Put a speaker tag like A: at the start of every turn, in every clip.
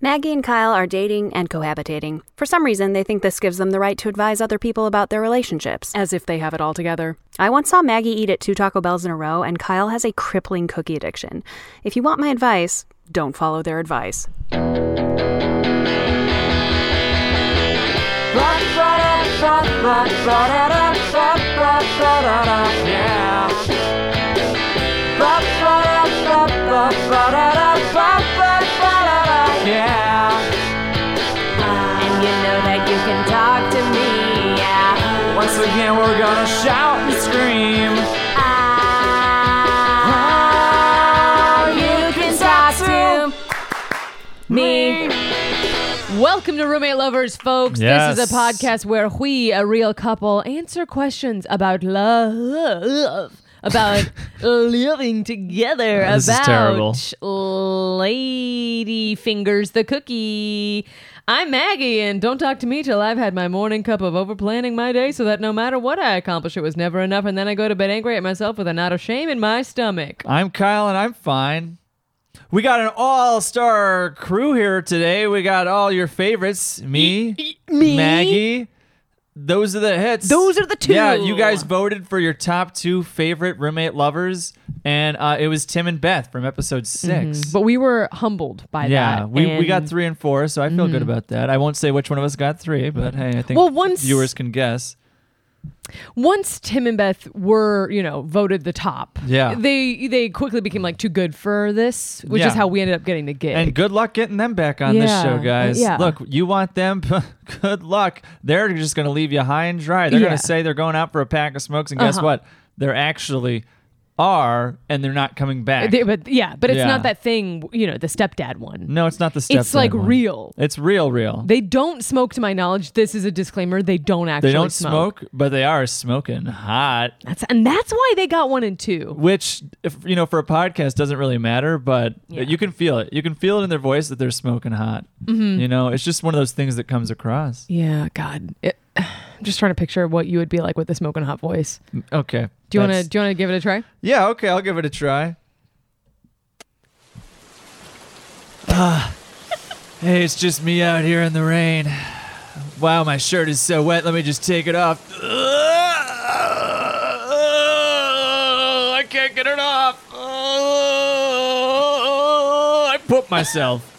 A: Maggie and Kyle are dating and cohabitating. For some reason, they think this gives them the right to advise other people about their relationships, as if they have it all together. I once saw Maggie eat at two Taco Bells in a row, and Kyle has a crippling cookie addiction. If you want my advice, don't follow their advice.
B: And you know that you can talk to me. Yeah.
C: Once again, we're gonna shout and scream.
B: Ah, you can talk to me.
D: Welcome to Roommate Lovers, folks. This
E: Yes.
D: is a podcast where we, a real couple, answer questions about love, about living together,
E: This is terrible.
D: about lady fingers the cookie. I'm Maggie, and don't talk to me till I've had my morning cup of overplanning my day so that no matter what I accomplish, it was never enough. And then I go to bed angry at myself with a knot of shame in my stomach.
E: I'm Kyle and I'm fine. We got an all star crew here today. We got all your favorites me,
D: me.
E: Maggie. Those are the hits.
D: Those are the two.
E: Yeah, you guys voted for your top two favorite roommate lovers, and uh, it was Tim and Beth from episode 6
D: Mm-hmm. But we were humbled by that.
E: yeah, we, we got
D: and- Mm-hmm.
E: three and four, so I feel good about that. I won't say which one of us got three, but hey, I think
D: Well, once-
E: viewers can guess.
D: once Tim and Beth were, you know, voted the top.
E: Yeah.
D: They they quickly became like too good for this, which
E: Yeah.
D: is how we ended up getting the gig.
E: And good luck getting them back on this
D: Yeah,
E: show, guys.
D: yeah.
E: Look, you want them? good luck. They're just going to leave you high and dry. They're
D: Yeah.
E: going to say they're going out for a pack of smokes, and guess
D: Uh-huh.
E: what? They're actually are, and they're not coming back.
D: They- but yeah, but it's
E: Yeah. Mm,
D: not that thing, you know, the stepdad one.
E: no, it's not the stuff.
D: it's like real.
E: It's real, real.
D: They don't smoke to my knowledge. This is a disclaimer. They don't actually
E: They don't smoke. but they are smoking hot,
D: That's and that's why they got one and two.
E: which if you know for a podcast doesn't really matter, but
D: Yeah.
E: you can feel it. You can feel it in their voice that they're smoking hot.
D: Mm-hmm.
E: You know, it's just one of those things that comes across.
D: Yeah, God. It, I'm just trying to picture what you would be like with the smoking hot voice.
E: Okay.
D: Do you want to
E: That's-
D: do you want to give it a try?
E: Yeah, okay, I'll give it a try. Ah, hey, it's just me out here in the rain. Wow, my shirt is so wet. Let me just take it off. Oh, I can't get it off. Oh, I pooped myself.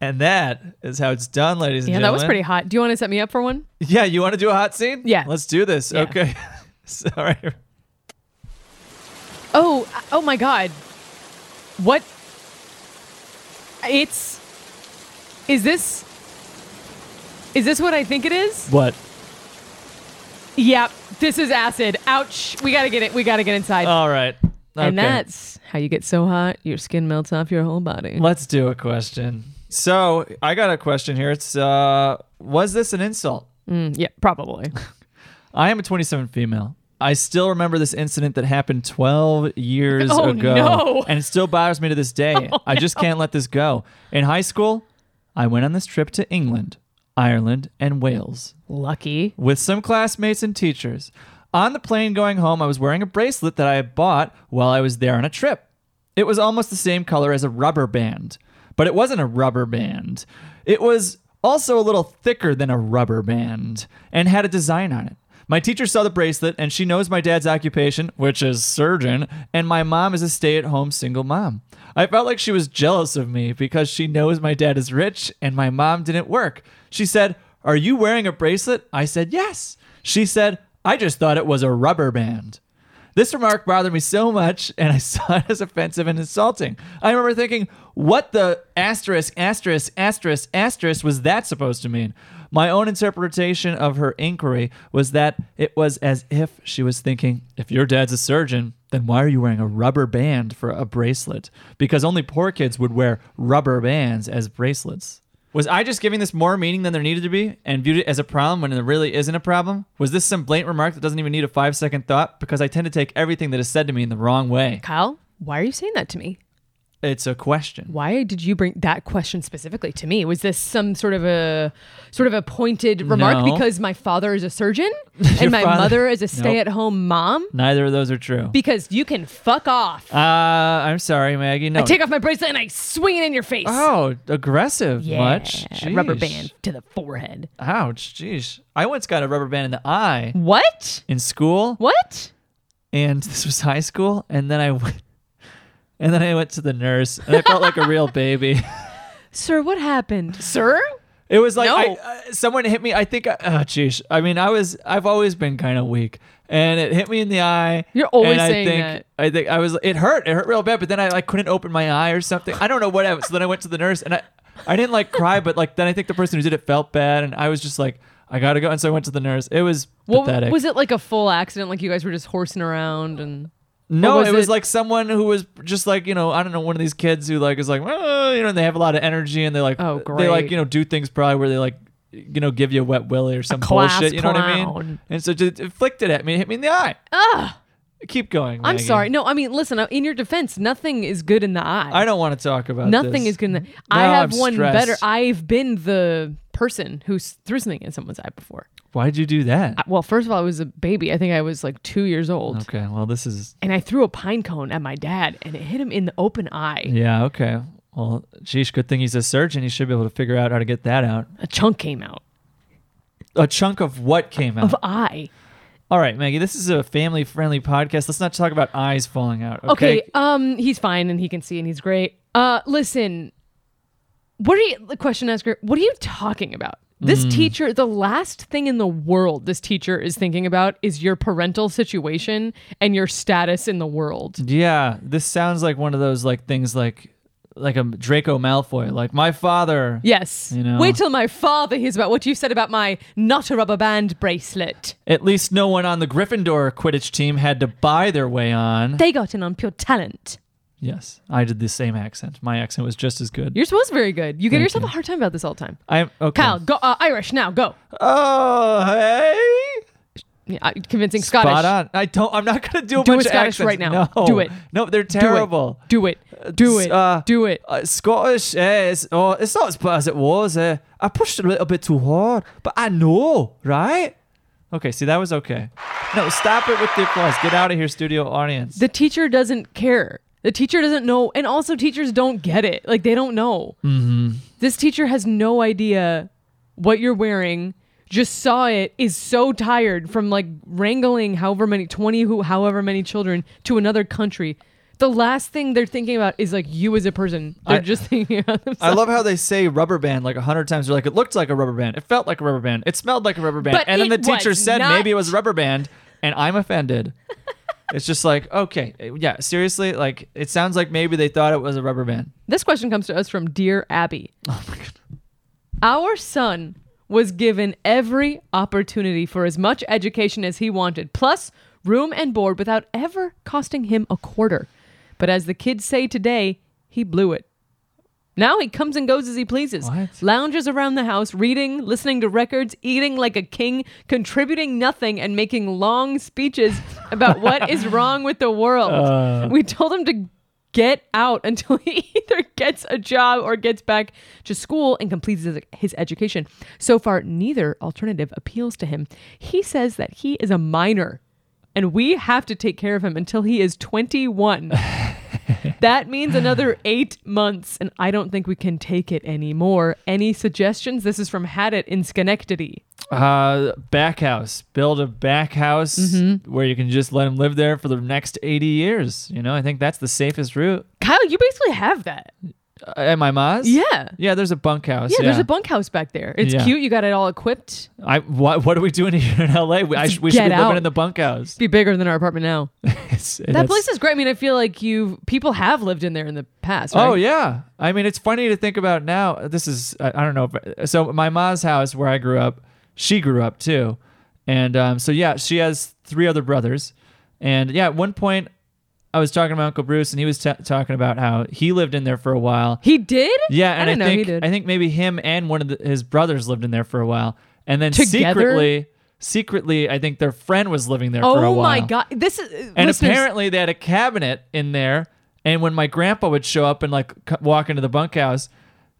E: And that is how it's done, ladies and
D: Yeah, that
E: gentlemen.
D: was pretty hot. Do you want to set me up for one?
E: Yeah, you want to do a hot scene?
D: Yeah.
E: Let's do this.
D: Yeah.
E: Okay. Sorry.
D: Oh, oh my God. What? It's. Is this. Is this what I think it is?
E: What?
D: Yep. This is acid. Ouch. We gotta get it. We gotta get inside.
E: All right.
D: And
E: Oh, Okay.
D: that's how you get so hot, your skin melts off your whole body.
E: Let's do a question. So I got a question here. It's uh, was this an insult?
D: Mm, yeah, probably.
E: I am a 27 female. I still remember this incident that happened 12 years
D: Oh,
E: ago,
D: no. Oh,
E: and it still bothers me to this day. I just can't let this go. In high school, I went on this trip to England, Ireland, and Wales
D: Lucky.
E: with some classmates and teachers. On the plane going home, I was wearing a bracelet that I had bought while I was there on a trip. It was almost the same color as a rubber band, but it wasn't a rubber band. It was also a little thicker than a rubber band and had a design on it. My teacher saw the bracelet and she knows my dad's occupation, which is surgeon, and my mom is a stay at home single mom. I felt like she was jealous of me because she knows my dad is rich and my mom didn't work. She said, Are you wearing a bracelet? I said, Yes. She said, I just thought it was a rubber band. This remark bothered me so much, and I saw it as offensive and insulting. I remember thinking, what the asterisk, asterisk, asterisk, asterisk was that supposed to mean? My own interpretation of her inquiry was that it was as if she was thinking, if your dad's a surgeon, then why are you wearing a rubber band for a bracelet? Because only poor kids would wear rubber bands as bracelets. Was I just giving this more meaning than there needed to be and viewed it as a problem when it really isn't a problem? Was this some blatant remark that doesn't even need a five second thought? Because I tend to take everything that is said to me in the wrong way.
D: Kyle, why are you saying that to me?
E: It's a question.
D: Why did you bring that question specifically to me? Was this some sort of a sort of a pointed remark
E: No.
D: because my father is a surgeon and my
E: father-
D: mother is a stay-at-home mom?
E: Neither of those are true.
D: Because you can fuck off.
E: uh, I'm sorry, Maggie. No.
D: I take off my bracelet and I swing it in your face.
E: Oh, aggressive.
D: yeah.
E: Much.
D: Rubber
E: Jeesh.
D: band to the forehead.
E: Ouch. Jeez. I once got a rubber band in the eye
D: What?
E: in school,
D: What?
E: and this was high school, and then I went, and then I went to the nurse, and I felt like a real baby.
D: Sir, what happened? Sir?
E: It was like
D: No.
E: I, uh, someone hit me. I think. I, oh, jeez. I mean, I was. I've always been kind of weak, and it hit me in the eye.
D: You're always
E: and I
D: saying
E: think,
D: that.
E: I think I was. It hurt. It hurt real bad. But then I like couldn't open my eye or something. I don't know what happened. So then I went to the nurse, and I, I didn't like cry, but like then I think the person who did it felt bad, and I was just like, I gotta go. And so I went to the nurse. It was
D: What
E: pathetic.
D: was it like a full accident like you guys were just horsing around and
E: No,
D: Or was
E: it was
D: it-
E: like someone who was just like you know I don't know one of these kids who like is like oh, you know and they have a lot of energy and they like
D: Oh,
E: they
D: great.
E: like you know do things probably where they like you know give you a wet willy or some
D: class
E: bullshit you know what I
D: clown.
E: mean and so just it flicked it at me it hit me in the eye. Keep going.
D: I'm
E: Maggie.
D: sorry. No, I mean, listen, uh, in your defense, nothing is good in the eye.
E: I don't want to talk about
D: Nothing
E: this.
D: is good in the I
E: Now
D: have
E: I'm
D: one
E: stressed.
D: better. I've been the person who's threw something in someone's eye before.
E: Why'd you do that?
D: I- Well, first of all, I was a baby. I think I was like two years old.
E: okay, well this is
D: And I threw a pine cone at my dad and it hit him in the open eye.
E: yeah okay. Well, sheesh, good thing he's a surgeon. He should be able to figure out how to get that out.
D: A chunk came out
E: A chunk of what came out?
D: of eye.
E: All right, Maggie, this is a family friendly podcast. Let's not talk about eyes falling out.
D: Okay. Um, he's fine and he can see and he's great. Uh, listen, what are you, the question asker, what are you talking about? This
E: Mm.
D: teacher, the last thing in the world this teacher is thinking about is your parental situation and your status in the world.
E: Yeah, this sounds like one of those like things like like a Draco Malfoy, like my father.
D: Yes.
E: You know.
D: Wait till my father hears about what you said about my not a rubber band bracelet.
E: At least no one on the Gryffindor Quidditch team had to buy their way on.
D: They got in on pure talent.
E: yes, I did the same accent. My accent was just as good.
D: Yours was very good. You give
E: Thank
D: yourself
E: you.
D: a hard time about this all the time.
E: I'm okay.
D: Kyle, go uh, Irish now. Go.
E: Oh, hey.
D: Yeah, uh, convincing
E: Spot
D: Scottish.
E: on. I don't. I'm not gonna do a
D: Do a
E: bunch of
D: Scottish
E: accents.
D: right now.
E: No.
D: Do it.
E: No, they're terrible.
D: Do it. Do it.
E: Uh,
D: Do it.
E: Uh, Scottish, eh, it's, oh, it's not as bad as it was. Eh. I pushed it a little bit too hard, but I know, right? Okay, see, that was okay. No, stop it with the applause. Get out of here, studio audience.
D: The teacher doesn't care. The teacher doesn't know. And also, teachers don't get it. Like, they don't know. Mm-hmm. This teacher has no idea what you're wearing. Just saw it, is so tired from like wrangling however many, 20 who, however many children to another country. The last thing they're thinking about is like you as a person. They're
E: I-
D: just thinking about themselves.
E: I love how they say rubber band like a hundred times. They're like, it looked like a rubber band. It felt like a rubber band. It smelled like a rubber band.
D: But
E: and then the
D: it was
E: teacher said
D: not.
E: maybe it was rubber band, and I'm offended. it's just like, okay, yeah, seriously, like it sounds like maybe they thought it was a rubber band. Oh
D: This question comes to us from Dear Abby. Our son was given every opportunity for as much education as he wanted, plus room and board without ever costing him a quarter. But as the kids say today, he blew it. Now he comes and goes as he pleases,
E: What?
D: lounges around the house, reading, listening to records, eating like a king, contributing nothing, and making long speeches about what is wrong with the world. We told him to get out until he either gets a job or gets back to school and completes his, his education. So far, neither alternative appeals to him. He says that he is a minor and we have to take care of him until he is 21. that means another eight months, and I don't think we can take it anymore. Any suggestions? This is from Hadit in Schenectady.
E: Uh, back house. Build a back house
D: Mm-hmm.
E: where you can just let him live there for the next 80 years. You know, I think that's the safest route.
D: Kyle, you basically have that.
E: Uh, at my ma's?
D: Yeah.
E: Yeah, there's a bunkhouse.
D: Yeah,
E: Yeah,
D: there's a bunkhouse back there. It's
E: Yeah.
D: cute. You got it all equipped.
E: I, what, what are we doing here in LA? We, I, sh- we should
D: Get
E: be
D: out.
E: living in the bunkhouse.
D: Be bigger than our apartment now.
E: It's-
D: That
E: that's-
D: place is great. I mean, I feel like you people have lived in there in the past. Right?
E: Oh yeah, I mean it's funny to think about now. This is I, I don't know. If, so my mom's house where I grew up, she grew up too, and um, so yeah, she has three other brothers, and yeah, at one point I was talking to my uncle Bruce, and he was t- talking about how he lived in there for a while.
D: He did?
E: Yeah, and
D: I
E: I,
D: didn't know
E: think
D: he did.
E: I think maybe him and one of the, his brothers lived in there for a while, and then
D: Together?
E: secretly, secretly, I think their friend was living there for a
D: oh
E: while.
D: my god. This is
E: And
D: listeners,
E: apparently they had a cabinet in there, And when my grandpa would show up and like c- walk into the bunkhouse,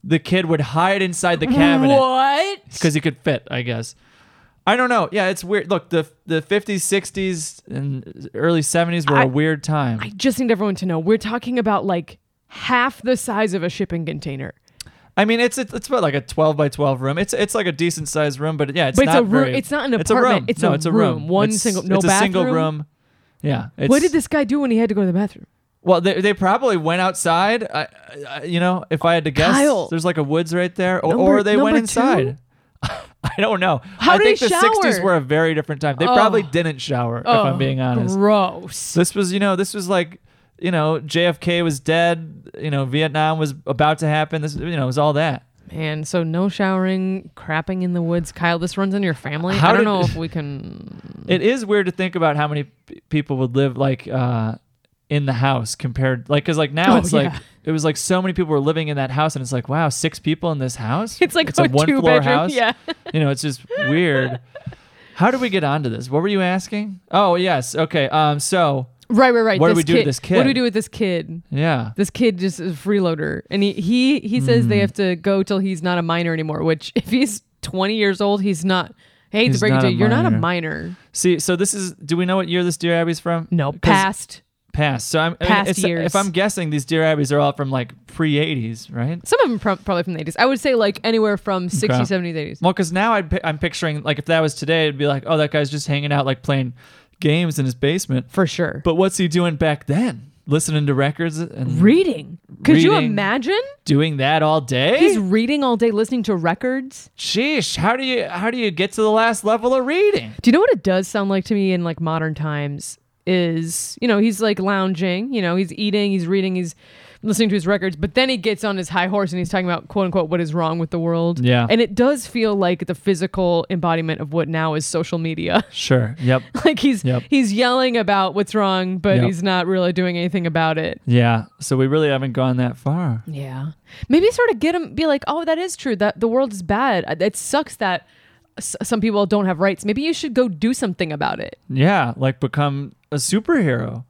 E: the kid would hide inside the cabinet
D: What?
E: because he could fit, I guess. I don't know. Yeah, it's weird. Look, the the 50s, 60s, and early 70s were a
D: I-
E: weird time.
D: I just need everyone to know we're talking about like half the size of a shipping container.
E: I mean, it's it's about like a twelve by twelve room. It's it's like a decent sized room, but yeah, it's
D: But it's
E: not
D: a roo-
E: very-
D: it's not an
E: a
D: apartment.
E: room.
D: It's
E: no,
D: a
E: it's a
D: room.
E: room.
D: One
E: It's-
D: single- no
E: It's a single
D: bathroom?
E: room. Yeah. It's,
D: what did this guy do when he had to go to the bathroom?
E: Well, they, they probably went outside. I, I, you know, if I had to guess,
D: Kyle.
E: there's like a woods right there, or,
D: Number-
E: or they went
D: number
E: inside. I don't know.
D: How
E: I
D: did
E: think
D: he
E: the '60s
D: shower?
E: were a very different time. They
D: Oh.
E: probably didn't shower, if I'm being honest.
D: Gross.
E: This was, you know, this was like, you know, JFK was dead. You know, Vietnam was about to happen. This, you know, it was all that.
D: Man, so no showering, crapping in the woods. Kyle, this runs in your family.
E: How
D: I don't
E: did-
D: know if we can.
E: It is weird to think about how many p- people would live like uh, in the house compared, like, because like now
D: Oh,
E: it's like
D: yeah.
E: it was like so many people were living in that house, and it's like wow, six people in this house.
D: It's like
E: it's a,
D: a
E: one
D: two
E: floor
D: bedroom-
E: house.
D: yeah.
E: you know, it's just weird. How did we get onto this? What were you asking? Oh yes, okay. Um, so
D: Right, right, right.
E: What do we do with this
D: What do
E: kid?
D: we do with this kid?
E: yeah,
D: This kid just is a freeloader, and he he he says
E: Hmm.
D: they have to go till he's not a minor anymore. Which if he's 20 years old, he's not. I hate
E: He's
D: to break it
E: not
D: to
E: a
D: you, you're not a
E: minor.
D: minor.
E: see, so this is. Do we know what year this Dear Abby's from?
D: No,
E: 'Cause-
D: past.
E: past. So I'm I mean,
D: Past
E: it's-
D: years.
E: If I'm guessing, these Dear Abby's are all from like pre '80s, right?
D: Some of them prob- probably from the 80s. I would say like anywhere from 60s,
E: Okay.
D: 70s, 80s.
E: Well, because now I'd, pi- I'm picturing like if that was today, it'd be like, oh, that guy's just hanging out like playing games in his basement.
D: For sure.
E: But what's he doing back then? Listening to records and
D: reading. Could you
E: Reading.
D: imagine?
E: doing that all day.
D: He's reading all day, listening to records.
E: Sheesh! How do you how do you get to the last level of reading?
D: Do you know what it does sound like to me in like modern times? Is you know he's like lounging, you know he's eating, he's reading, he's listening to his records, but then he gets on his high horse and he's talking about quote unquote what is wrong with the world.
E: Yeah.
D: and it does feel like the physical embodiment of what now is social media.
E: Sure. Yep.
D: like he's
E: Yep.
D: he's yelling about what's wrong, but
E: Yep.
D: he's not really doing anything about it.
E: Yeah. So we really haven't gone that far.
D: Yeah. Maybe sort of get him, be like, oh, that is true. That the world is bad. Uh, It sucks that s- some people don't have rights. Maybe you should go do something about it.
E: Yeah. Like become a superhero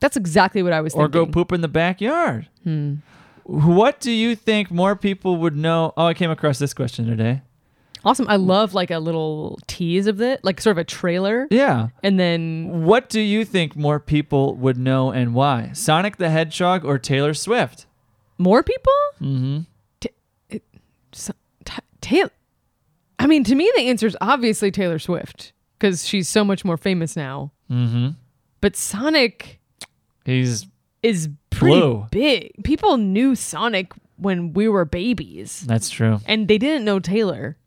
D: That's exactly what I was
E: or
D: thinking.
E: go poop in the backyard. What do you think more people would know? Oh, I came across this question today.
D: Awesome. I love like a little tease of it, like sort of a trailer.
E: Yeah.
D: And then
E: What do you think more people would know and why? Sonic the Hedgehog or Taylor Swift?
D: more people? Mm-hmm. Taylor. I mean, to me, the answer is obviously Taylor Swift because she's so much more famous now. Mm-hmm. But Sonic.
E: He's
D: is pretty
E: Blue.
D: big. People knew Sonic when we were babies,
E: that's true.
D: and they didn't know Taylor.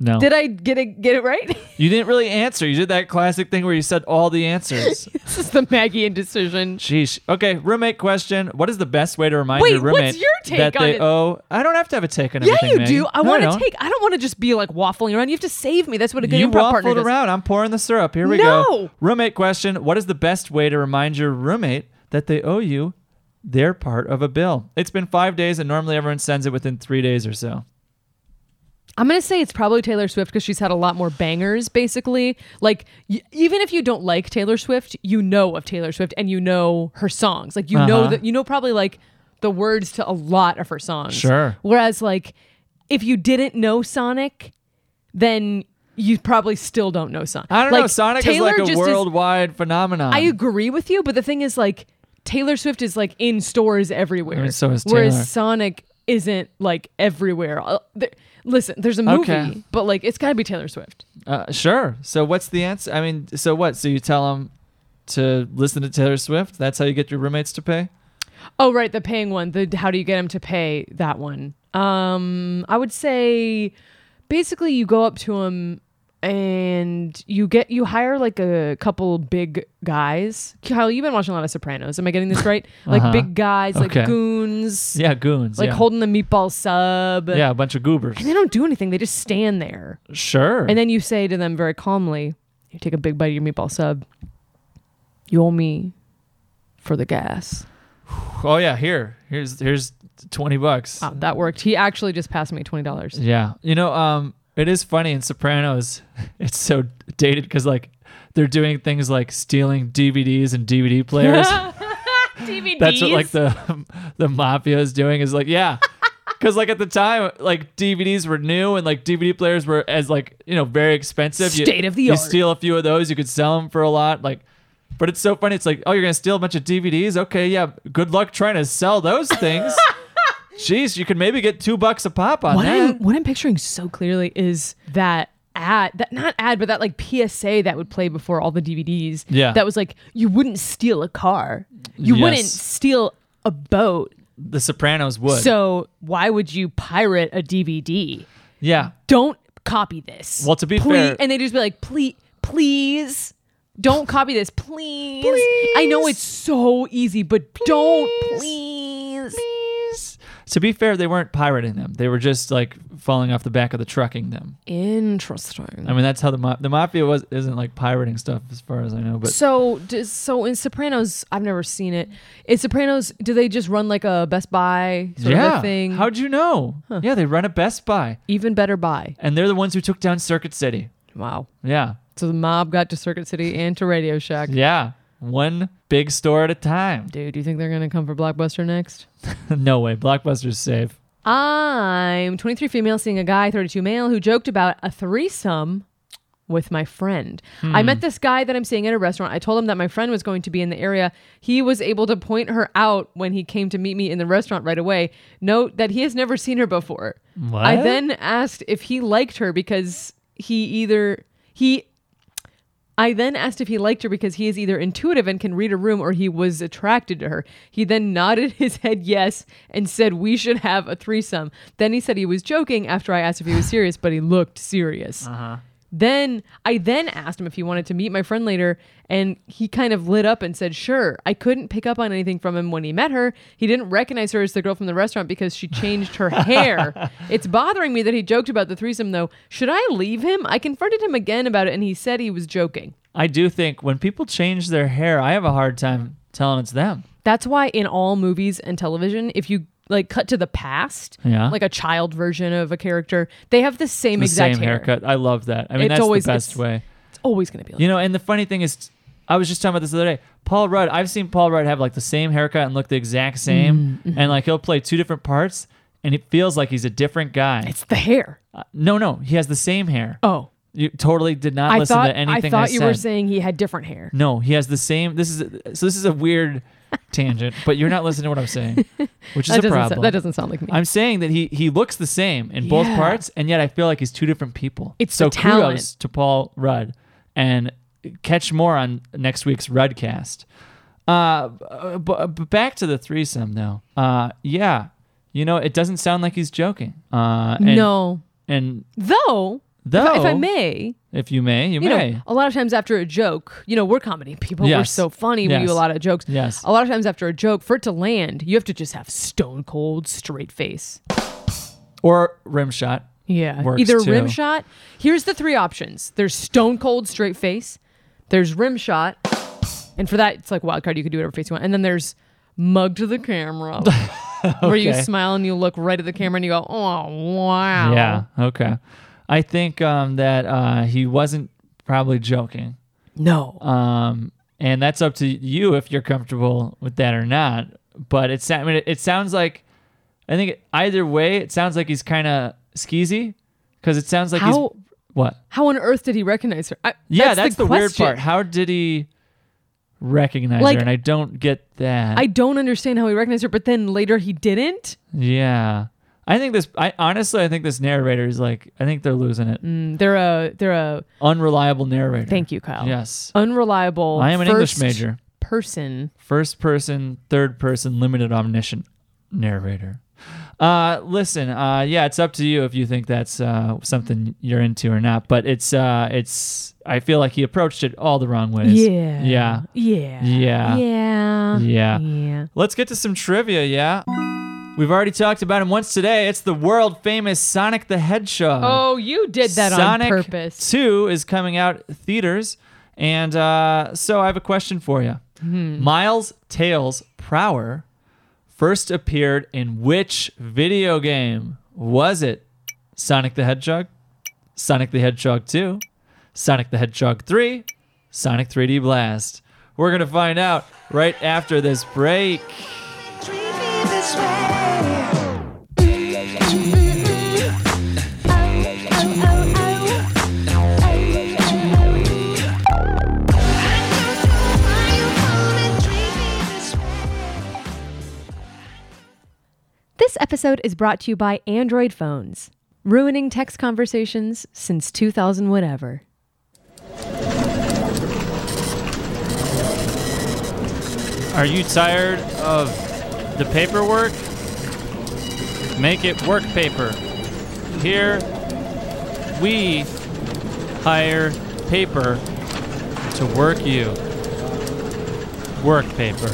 E: No.
D: Did I get it get it right?
E: you didn't really answer. You did that classic thing where you said all the answers.
D: this is the Maggie indecision.
E: Sheesh. Okay, roommate question. What is the best way to remind
D: Wait,
E: your
D: what's
E: roommate
D: your take
E: that
D: on
E: they
D: it?
E: owe? I don't have to have a take on
D: Yeah,
E: everything.
D: you
E: Maggie.
D: do. I
E: No,
D: want to
E: don't.
D: take. I don't want to just be like waffling around. You have to save me. That's what a good
E: You
D: improv partner
E: waffled
D: does.
E: around. I'm pouring the syrup. Here we go.
D: No.
E: Roommate question. What is the best way to remind your roommate that they owe you their part of a bill? It's been five days, and normally everyone sends it within three days or so.
D: I'm gonna say it's probably Taylor Swift because she's had a lot more bangers. Basically, like y- even if you don't like Taylor Swift, you know of Taylor Swift and you know her songs. Like you know
E: Uh-huh.
D: that you know probably like the words to a lot of her songs.
E: Sure.
D: Whereas like if you didn't know Sonic, then you probably still don't know Sonic.
E: I don't know. Sonic
D: Taylor
E: is
D: just
E: like a worldwide phenomenon.
D: I agree with you, but the thing is like Taylor Swift is like in stores everywhere.
E: mean, so is Taylor.
D: Whereas Sonic isn't like everywhere. Uh, there- listen, there's a movie,
E: Okay.
D: but like it's got to be Taylor Swift.
E: Uh, sure. So what's the answer? I mean, so what? So you tell them to listen to Taylor Swift. That's how you get your roommates to pay.
D: Oh right, the paying one. The how do you get him to pay that one? Um, I would say basically you go up to him and you get you hire like a couple big guys. Kyle, you've been watching a lot of Sopranos. Am I getting this right? Like
E: Uh-huh.
D: big guys, like
E: Okay.
D: goons,
E: Yeah, goons.
D: like
E: yeah.
D: holding the meatball sub.
E: Yeah, a bunch of goobers.
D: And they don't do anything. They just stand there.
E: Sure.
D: And then you say to them very calmly, you take a big bite of your meatball sub. You owe me for the gas.
E: oh yeah, here, here's here's twenty bucks.
D: Wow, Oh, that worked. He actually just passed me $20.
E: Yeah, you know, um, it is funny in Sopranos. It's so dated because like they're doing things like stealing DVDs and DVD players.
D: DVDs.
E: That's what like the the mafia is doing is like yeah. Cause like at the time, like DVDs were new and like DVD players were as like you know very expensive. You-
D: State of the
E: you
D: art.
E: steal a few of those, you could sell them for a lot. Like, but it's so funny. It's like oh, you're gonna steal a bunch of DVDs. Okay, yeah. Good luck trying to sell those things. Jeez, you could maybe get two bucks a pop on
D: what
E: that.
D: I'm what I'm picturing so clearly is that ad that not ad but that like PSA that would play before all the DVDs.
E: Yeah.
D: That was like you wouldn't steal a car. You wouldn't
E: Yes.
D: steal a boat.
E: the Sopranos would.
D: So why would you pirate a DVD?
E: yeah,
D: Don't copy this.
E: Well, to be
D: Please-
E: fair-
D: and they just be like, please, please. Don't copy this, please. I know it's so easy, but don't please.
E: To be fair, they weren't pirating them. They were just like falling off the back of the trucking them.
D: Interesting.
E: I mean, that's how the ma- the mafia was isn't like pirating stuff as far as I know. But
D: So, does, so in Sopranos, I've never seen it. In Sopranos, do they just run like a Best Buy sort of
E: yeah,
D: a thing?
E: how'd you know? Yeah, they run a Best Buy,
D: Even Better Buy.
E: and they're the ones who took down Circuit City.
D: Wow.
E: Yeah,
D: So the mob got to Circuit City and to Radio Shack.
E: yeah, one big store at a time.
D: Dude, do you think they're gonna come for Blockbuster next?
E: no way, Blockbuster's safe.
D: I'm 23 female, seeing a guy 32 male who joked about a threesome with my friend. I met this guy that I'm seeing at a restaurant. I told him that my friend was going to be in the area. He was able to point her out when he came to meet me in the restaurant right away. Note that he has never seen her before. I
E: What?
D: then asked if he liked her because he either he I then asked if he liked her because he is either intuitive and can read a room or he was attracted to her. He then nodded his head yes and said we should have a threesome. Then he said he was joking after I asked if he was serious, but he looked serious. Then I then asked him if he wanted to meet my friend later, and he kind of lit up and said, "Sure." I couldn't pick up on anything from him when he met her. He didn't recognize her as the girl from the restaurant because she changed her hair. It's bothering me that he joked about the threesome, though. Should I leave him? I confronted him again about it, and he said he was joking.
E: I do think when people change their hair, I have a hard time telling it's them.
D: That's why in all movies and television, if you like cut to the past,
E: Yeah.
D: like a child version of a character, they have the same
E: The
D: exact
E: same
D: hair.
E: haircut. I love that. I mean,
D: It's
E: that's
D: always-
E: the best
D: it's-
E: way.
D: It's always gonna be like.
E: You know, and the funny thing is, I was just talking about this the other day. Paul Rudd, I've seen Paul Rudd have like the same haircut and look the exact same,
D: Mm-hmm.
E: and like he'll play two different parts, and it feels like he's a different guy.
D: It's the hair.
E: Uh, no, no, he has the same hair.
D: Oh.
E: You totally did not
D: I
E: listen
D: thought,
E: to anything I,
D: I thought you were
E: said.
D: saying he had different hair.
E: No, he has the same. This is so. This is a weird tangent, but you're not listening to what I'm saying, which is
D: that
E: a
D: doesn't
E: problem.
D: Sound, that doesn't sound like me.
E: I'm saying that he he looks the same in both
D: Yeah.
E: parts, and yet I feel like he's two different people.
D: It's
E: so
D: the talent.
E: kudos to Paul Rudd, and catch more on next week's Ruddcast. Uh, but, but back to the threesome though. Uh, yeah, you know it doesn't sound like he's joking. Uh, and,
D: no,
E: and
D: though, if I-
E: though,
D: if, I may,
E: if you may, you,
D: you
E: may.
D: know, a lot of times after a joke, you know, we're comedy people. We're
E: Yes.
D: so funny. We
E: Yes.
D: do a lot of jokes.
E: Yes.
D: A lot of times after a joke, for it to land, you have to just have stone cold straight face.
E: or rim shot.
D: Yeah.
E: Works
D: Either
E: too.
D: rim shot. Here's the three options. There's stone cold straight face. There's rim shot. And for that, it's like wild card. You could do whatever face you want. And then there's mug to the camera, where you
E: Okay.
D: smile and you look right at the camera and you go, "Oh wow."
E: Yeah. Okay. I think um, that uh, he wasn't probably joking.
D: No.
E: Um, and that's up to you if you're comfortable with that or not. But it's, I mean, it, it sounds like, I think either way, it sounds like he's kind of skeezy because it sounds like he's,
D: How-
E: what?
D: How on earth did he recognize her? I,
E: Yeah, that's, the, weird
D: question.
E: part. How did he recognize
D: Like-
E: her? And I don't get that.
D: I don't understand how he recognized her, but then later he didn't.
E: yeah. I think this, I honestly, I think this narrator is like, I think they're losing it.
D: Mm, They're a they're a
E: Unreliable narrator.
D: thank you, Kyle.
E: Yes.
D: Unreliable.
E: I am an English
D: first
E: major.
D: Person.
E: First person, third person, limited omniscient narrator. Uh, listen, uh, yeah, it's up to you if you think that's uh, something you're into or not. But it's, uh, it's. I feel like he approached it all the wrong ways.
D: Yeah.
E: Yeah.
D: Yeah.
E: Yeah.
D: Yeah.
E: Yeah.
D: Yeah.
E: Let's get to some trivia. Yeah. We've already talked about him once today. It's the world famous Sonic the Hedgehog.
D: Oh, you did that
E: Sonic
D: on purpose.
E: 2 is coming out theaters. And uh, so I have a question for you.
D: Hmm.
E: Miles Tails Prower first appeared in which video game? Was it Sonic the Hedgehog, Sonic the Hedgehog 2, Sonic the Hedgehog 3, Sonic 3D Blast? We're going to find out right after this break.
D: This episode is brought to you by Android phones, ruining text conversations since 2000 whatever.
E: Are you tired of the paperwork? Make it work paper. Here we hire paper to work you. Work paper.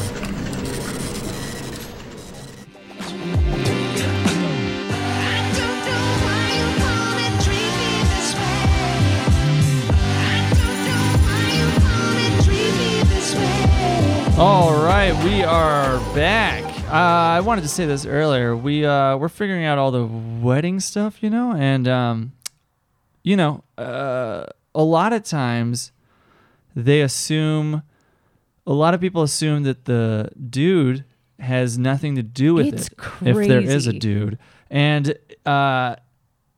E: All right, we are back. Uh, I wanted to say this earlier. We uh, we're figuring out all the wedding stuff, you know, and um, you know, uh, a lot of times they assume, a lot of people assume that the dude has nothing to do with
D: It's
E: it if there is a
D: crazy.
E: dude, and uh,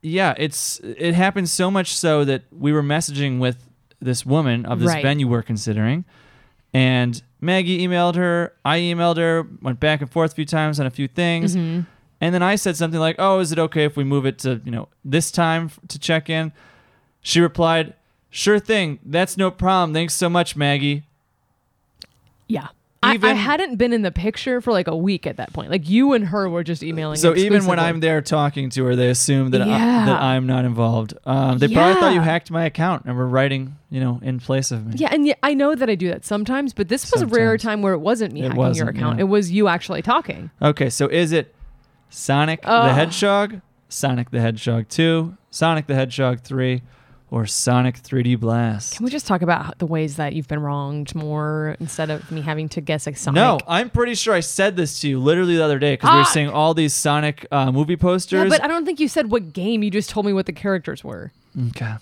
E: yeah, it's it happens so much so that we were messaging with this woman of this
D: Right.
E: venue we're considering. And Maggie emailed her. I emailed her. Went back and forth a few times on a few things.
D: Mm-hmm.
E: And then I said something like, "Oh, is it okay if we move it to you know this time f- to check in?" She replied, "Sure thing. That's no problem. Thanks so much, Maggie."
D: Yeah. I, I
E: Even-
D: hadn't been in the picture for like a week at that point. Like you and her were just emailing.
E: So even when
D: exclusively.
E: I'm there talking to her, they assume that I,
D: Yeah.
E: that I'm not involved. Um, they probably thought you
D: Yeah.
E: hacked my account and were writing you know in place of me.
D: Yeah, and yeah, I know that I do that sometimes, but this was a rare
E: Sometimes.
D: time where it wasn't me
E: It
D: hacking your
E: wasn't,
D: account.
E: yeah.
D: It was you actually talking.
E: Okay, so is it Sonic the
D: Ugh.
E: Hedgehog, Sonic the Hedgehog 2, Sonic the Hedgehog 3, or Sonic 3D Blast?
D: Can we just talk about how- the ways that you've been wronged more instead of me having to guess like something?
E: no, I'm pretty sure I said this to you literally the other day because we were
D: Fuck.
E: seeing all these Sonic uh, movie
D: Ah. Yeah,
E: posters.
D: but I don't think you said what game. You just told me what the characters were.
E: okay.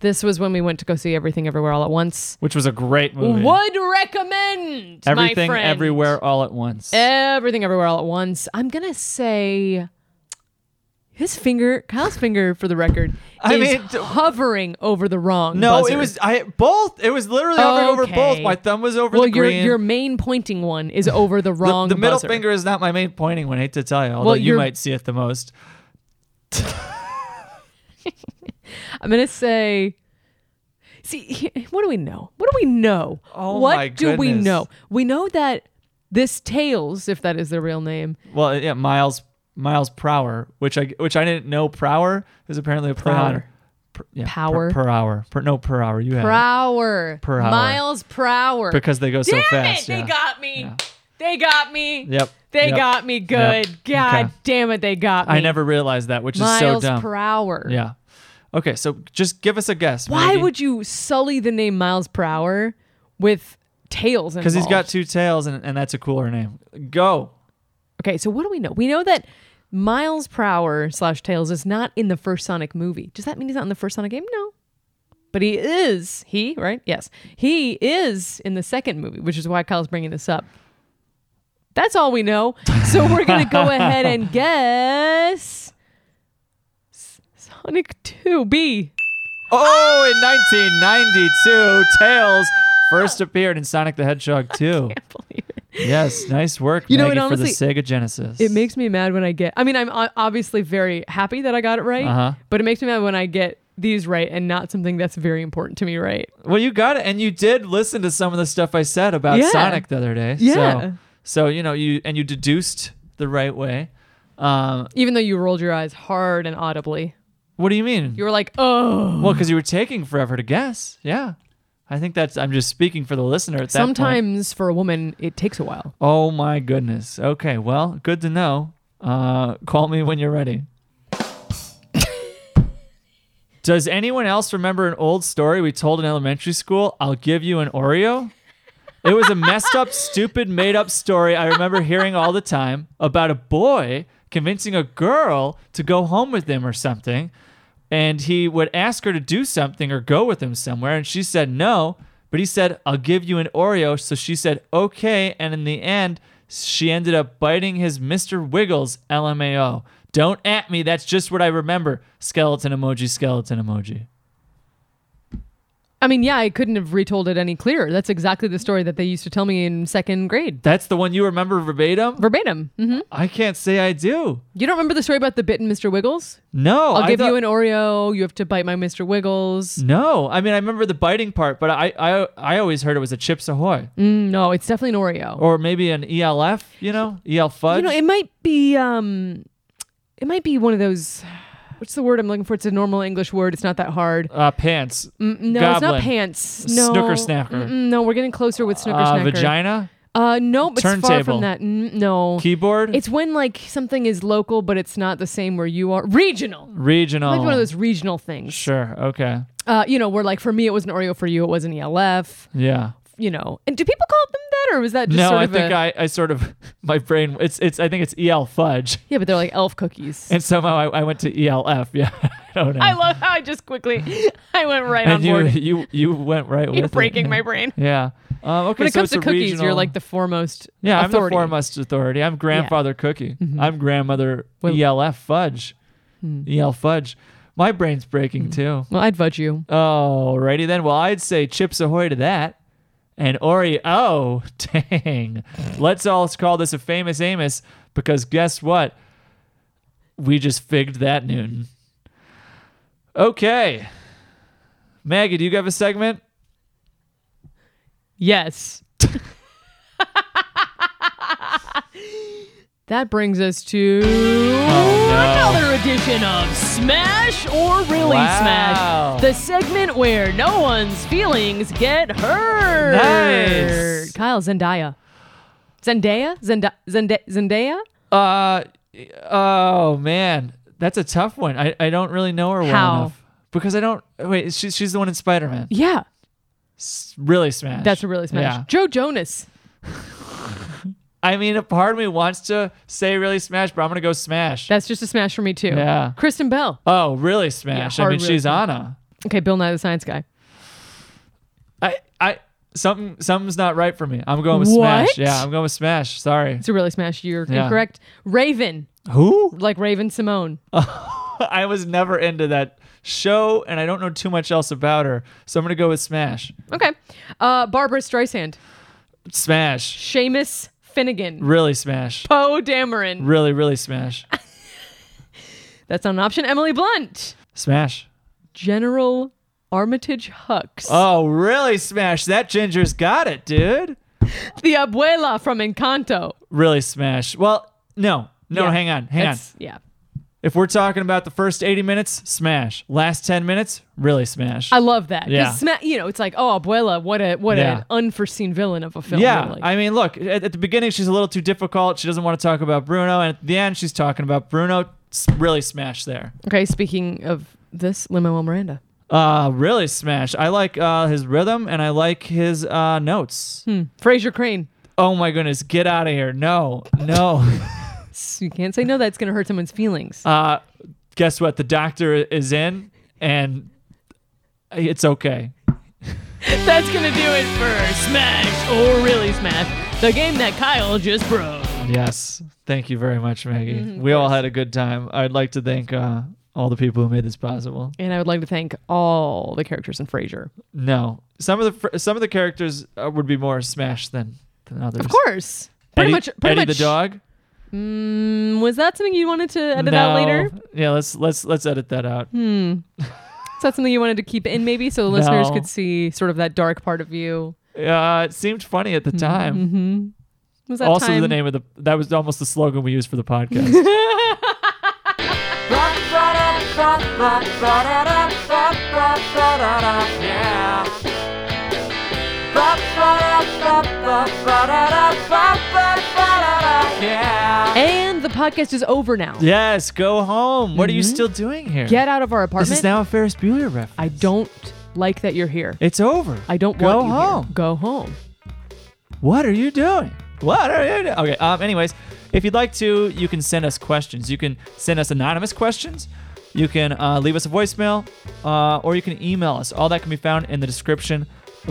D: This was when we went to go see Everything Everywhere All at Once.
E: Which was a great movie.
D: Would recommend. my
E: Everything,
D: friend. Eh,
E: everywhere, all at once.
D: Everything Everywhere All at Once. I'm going to say his finger, Kyle's finger for the record,
E: I
D: is
E: mean, d-
D: hovering over the wrong.
E: no, it
D: buzzer.
E: was I both. It was literally hovering over both.
D: Okay.
E: My thumb was over
D: Well,
E: the
D: your
E: green.
D: your main pointing one is over the
E: The-
D: wrong.
E: the, middle
D: buzzer.
E: finger is not my main pointing one. I hate to tell you, although you
D: you're-
E: might see it the most.
D: I'm gonna say. See, what do we know? What do we know?
E: Oh
D: what
E: my
D: do we
E: goodness.
D: know? We know that this Tails, if that is their real name,
E: Well, uh, yeah, Miles Miles Prower, which I which I didn't know Prower is apparently a play on
D: Prower.
E: pr- yeah,
D: Power.
E: per, per hour. Per, no, per hour. You have it.
D: Prower,
E: Per hour.
D: Miles Prower.
E: because they go so
D: damn
E: fast.
D: it, they
E: yeah.
D: got me.
E: Yeah.
D: They got me.
E: Yep.
D: They
E: Yep.
D: got me good.
E: Yep.
D: God
E: Okay.
D: damn it, they got me.
E: I never realized that, which
D: Miles
E: is so dumb.
D: Prower.
E: Yeah. Okay, so just give us a guess.
D: Why would you sully the name Miles Prower with Tails?
E: Because
D: Because
E: he's got two tails, and, and that's a cooler name. Go.
D: Okay, so what do we know? We know that Miles Prower slash Tails is not in the first Sonic movie. Does that mean he's not in the first Sonic game? No. But he is, he, right? Yes. He is in the second movie, which is why Kyle's bringing this up. That's all we know. So we're going to go ahead and guess S- Sonic 2B.
E: Oh, in 1992, Tails first appeared in Sonic the Hedgehog 2.
D: Believe it.
E: Yes, nice work,
D: You know,
E: Maggie,
D: and
E: for the Sega Genesis.
D: It makes me mad when I get. I mean, I'm o- obviously very happy that I got it right,
E: Uh-huh.
D: but it makes me mad when I get these right and not something that's very important to me right.
E: Well, you got it, and you did listen to some of the stuff I said about
D: Yeah.
E: Sonic the other day.
D: Yeah.
E: So, so you know you and you deduced the right way. Um,
D: Even though you rolled your eyes hard and audibly,
E: what do you mean?
D: you were like, "Oh."
E: well, because you were taking forever to guess. Yeah, I think that's. I'm just speaking for the listener at that point.
D: Sometimes for a woman, it takes a while.
E: Oh my goodness. Okay. Well, good to know. Uh, call me when you're ready. Does anyone else remember an old story we told in elementary school? I'll give you an Oreo. It was a messed up, stupid, made up story I remember hearing all the time about a boy convincing a girl to go home with him or something. And he would ask her to do something or go with him somewhere. And she said no But he said, I'll give you an Oreo. So she said, okay. And in the end, she ended up biting his Mr. Wiggles LMAO. Don't at me. That's just what I remember. Skeleton emoji, skeleton emoji.
D: I mean, yeah, I couldn't have retold it any clearer. That's exactly the story that they used to tell me in second grade,
E: That's the one you remember verbatim?
D: verbatim. hmm
E: I can't say I do.
D: You don't remember the story about the bitten Mr. Wiggles?
E: No.
D: I'll
E: I
D: give
E: thought- Mm.
D: you an Oreo. You have to bite my Mr. Wiggles.
E: No, I mean I remember the biting part, but I I, I always heard it was a Chips Ahoy
D: Mm, no, it's definitely an Oreo.
E: or maybe an ELF, you know, EL
D: you
E: fudge.
D: know, it might be um, it might be one of those. What's the word I'm looking for? It's a normal English word. It's not that hard.
E: uh, pants,
D: Mm, No, it's not
E: Goblin.
D: pants. No,
E: Snooker snacker.
D: Mm-mm, no, we're getting closer with snooker
E: uh,
D: snacker.
E: vagina,
D: Uh, no, it's far
E: Turntable.
D: from that. Mm, no,
E: keyboard,
D: it's when like something is local, but it's not the same where you are. Regional,
E: regional.
D: like one of those regional
E: Oh.
D: things.
E: Sure. Okay.
D: Uh, you know, where like for me it was an Oreo, for you it was an E ELF.
E: Yeah. You
D: know. And do people call them that, or was that just
E: no,
D: sort
E: I
D: of
E: think
D: a-
E: I I sort of my brain. It's it's I think it's EL fudge,
D: yeah, but they're like elf cookies.
E: and somehow I, I went to ELF. Yeah. I don't know.
D: I love how I just quickly I went right on
E: and you
D: board.
E: you you went right with
D: You're
E: it.
D: breaking
E: Yeah.
D: my brain.
E: Yeah. Um, okay.
D: When it
E: so
D: comes
E: it's
D: to
E: a
D: cookies, you're
E: regional-
D: like the foremost.
E: Yeah,
D: authority.
E: I'm
D: Mm-hmm.
E: the foremost authority. I'm grandfather cookie. I'm grandmother
D: Well- hmm.
E: ELF fudge. EL fudge. My brain's breaking too.
D: Well, I'd fudge you.
E: Alrighty then. Well, I'd say chips ahoy to that. And Oreo. Oh, dang. Let's all call this a famous Amos because guess what? We just figged that Newton. Okay. Maggie, do you have a segment?
D: Yes. that brings us to another edition of Smash or Really
E: Wow.
D: Smash, the segment where no one's feelings get hurt.
E: Nice.
D: Kyle Zendaya. Zendaya? Zenda- Zenda- Zendaya?
E: Uh, oh man, that's a tough one. I, I don't really know her well
D: How?
E: enough because I don't. Wait, she, she's the one in Spider Man.
D: Yeah,
E: Really smash.
D: that's a really Smash.
E: Yeah.
D: Joe Jonas.
E: I mean, a part of me wants to say really smash, but I'm gonna go smash.
D: That's just a Smash for me, too.
E: Yeah.
D: Kristen Bell.
E: oh, really smash.
D: Yeah,
E: I
D: hard
E: mean,
D: really
E: she's
D: smash.
E: Anna.
D: Okay, Bill Nye the Science Guy.
E: I I something something's not right for me. I'm going with
D: What?
E: smash. Yeah, I'm going with smash. Sorry.
D: It's a really Smash. You're
E: Yeah.
D: incorrect. Raven,
E: Who?
D: like Raven Simone.
E: I was never into that show, and I don't know too much else about her, so I'm gonna go with smash.
D: Okay. Uh, Barbara Streisand,
E: Smash.
D: Seamus Finnegan,
E: Really smash.
D: Poe Dameron.
E: Really, really smash.
D: That's not an option. Emily Blunt,
E: Smash.
D: General Armitage Hux,
E: Oh, really smash. That ginger's got it, dude.
D: the abuela from Encanto.
E: Really smash. Well, no. No,
D: Yeah.
E: hang on. Hang
D: That's-
E: on.
D: Yeah.
E: If we're talking about the first 80 minutes, smash. Last 10 minutes, really smash.
D: I love that. 'Cause
E: Yeah.
D: Sma- you know, it's like, oh, abuela, what a what
E: Yeah.
D: an unforeseen villain of a film.
E: yeah.
D: really.
E: I mean, look, at, at the beginning, she's a little too difficult. She doesn't want to talk about Bruno. And at the end, she's talking about Bruno. S- Really smash there.
D: okay. Speaking of this, Lin Manuel Miranda.
E: Uh, really smash. I like uh, his rhythm and I like his uh, notes.
D: Hmm. Fraser Crane.
E: Oh my goodness, get out of here. No, no.
D: You can't say no. That's gonna hurt someone's feelings.
E: uh, guess what? The doctor is in, and it's okay.
D: That's gonna do it for Smash or Really Smash, the game that Kyle just broke.
E: Yes. Thank you very much, Maggie.
D: Mm-hmm,
E: we all had a good time. I'd like to thank uh, all the people who made this possible.
D: And I would like to thank all the characters in Frasier.
E: No, some of the fr- some of the characters uh, would be more smashed than than others.
D: Of course. Pretty
E: Eddie,
D: much. Pretty
E: Eddie
D: much.
E: the dog.
D: Mm, was that something you wanted to edit out later? Hmm.
E: No. Yeah, let's let's let's edit that out.
D: Is that something you wanted to keep in maybe so the listeners
E: No.
D: could see sort of that dark part of you?
E: Uh, it seemed funny at the time.
D: Was Hmm, that
E: Also,
D: time?
E: the name of the that was almost the slogan we used for the podcast.
D: And the podcast is over now.
E: yes, go home. What are you still doing here?
D: Mm-hmm. Get out of our apartment.
E: This is now a Ferris Bueller reference.
D: I don't like that you're here.
E: It's over.
D: I don't
E: go
D: want you here.
E: home.
D: Go home.
E: What are you doing? What are you doing? Okay. Um. Anyways, if you'd like to, you can send us questions. You can send us anonymous questions. You can uh, leave us a voicemail, uh, or you can email us. All that can be found in the description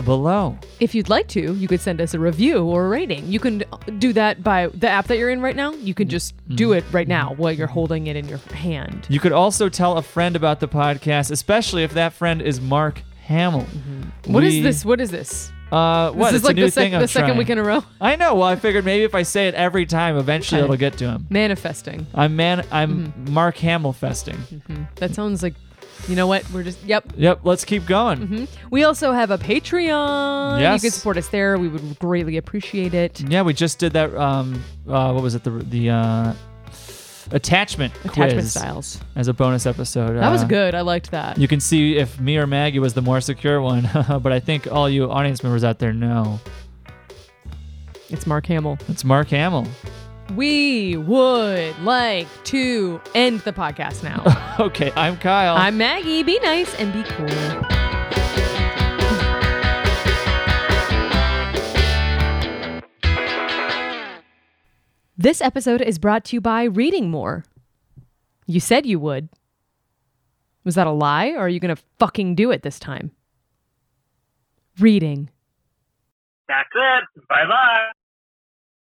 E: below.
D: If you'd like to, you could send us a review or a rating. You can do that by the app that you're in right now. You can
E: Mm.
D: just do it
E: Mm-hmm.
D: right now while you're holding it in your hand.
E: You could also tell a friend about the podcast, especially if that friend is Mark Hamill.
D: Mm-hmm. What is
E: We-
D: this? What is this?
E: Uh, what?
D: This
E: It's
D: is
E: a
D: like
E: new
D: the, sec-
E: thing I'm
D: the second
E: trying.
D: week in a row.
E: I know. Well, I figured maybe if I say it every time, eventually
D: Okay. Mm-hmm.
E: it'll get to him.
D: Manifesting.
E: I'm man. I'm Mark Hamill festing.
D: That sounds like, you know what? We're just, yep.
E: Yep. Let's keep going.
D: Mm-hmm. We also have a Patreon.
E: Yes.
D: You can support us there. We would greatly appreciate it.
E: Yeah, we just did that. Um, uh, what was it? The the uh, attachment
D: Attachment
E: quiz
D: styles.
E: as a bonus episode.
D: That was
E: Uh,
D: good. I liked that.
E: You can see if me or Maggie was the more secure one, but I think all you audience members out there know
D: It's Mark Hamill.
E: it's Mark Hamill.
D: We would like to end the podcast now.
E: Okay, I'm Kyle.
D: I'm Maggie. Be nice and be cool. This episode is brought to you by Reading More. You said you would. Was that a lie, or are you going to fucking do it this time? Reading.
F: That's it. Bye bye.